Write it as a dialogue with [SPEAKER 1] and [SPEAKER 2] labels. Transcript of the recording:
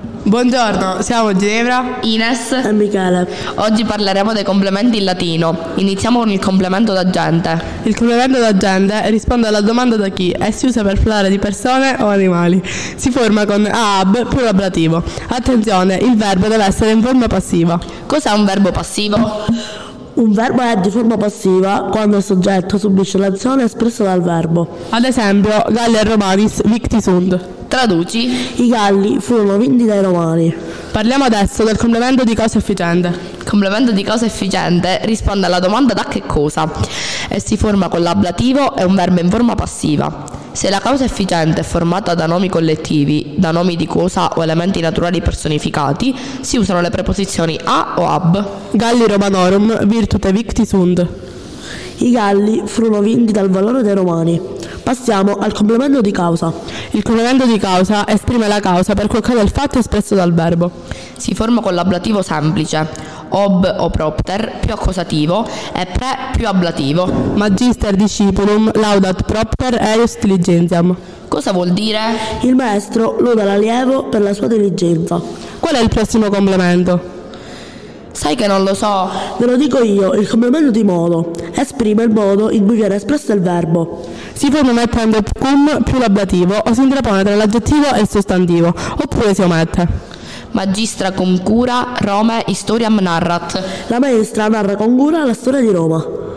[SPEAKER 1] Buongiorno, siamo Ginevra.
[SPEAKER 2] Ines,
[SPEAKER 3] E Michele.
[SPEAKER 2] oggi parleremo dei complementi in latino. Iniziamo con il complemento d'agente.
[SPEAKER 1] Il complemento d'agente risponde alla domanda da chi e si usa per parlare di persone o animali. Si forma con ab più ablativo. Attenzione, il verbo deve essere in forma passiva.
[SPEAKER 2] Cos'è un verbo passivo?
[SPEAKER 3] Un verbo è di forma passiva quando il soggetto subisce l'azione espressa dal verbo.
[SPEAKER 1] Ad esempio, Galler Romanis victi sunt.
[SPEAKER 2] Traduci,
[SPEAKER 3] I Galli furono vinti dai Romani.
[SPEAKER 1] Parliamo adesso del complemento di cose efficiente.
[SPEAKER 2] il complemento di cosa efficiente risponde alla domanda da che cosa e si forma con l'ablativo e un verbo in forma passiva. Se la causa efficiente è formata da nomi collettivi, da nomi di cosa o elementi naturali personificati, si usano le preposizioni a o ab.
[SPEAKER 1] Galli Romanorum virtute victi sunt.
[SPEAKER 3] I Galli furono vinti dal valore dei Romani. Passiamo al complemento di causa.
[SPEAKER 1] Il complemento di causa esprime la causa per quel che è il fatto espresso dal verbo.
[SPEAKER 2] Si forma con l'ablativo semplice, ob o propter più accusativo e pre più ablativo.
[SPEAKER 1] Magister discipulum laudat propter eius diligenziam.
[SPEAKER 2] Cosa vuol dire?
[SPEAKER 3] Il maestro loda l'allievo per la sua diligenza.
[SPEAKER 1] Qual è il prossimo complemento?
[SPEAKER 2] Sai che non lo so.
[SPEAKER 3] Ve lo dico io, il complemento di modo esprime il modo in cui viene espresso il verbo.
[SPEAKER 1] Si forma mettendo cum più l'ablativo o si intrapone tra l'aggettivo e il sostantivo, oppure si omette.
[SPEAKER 2] Magistra cum cura, Rome historiam narrat.
[SPEAKER 3] La maestra narra con cura la storia di Roma.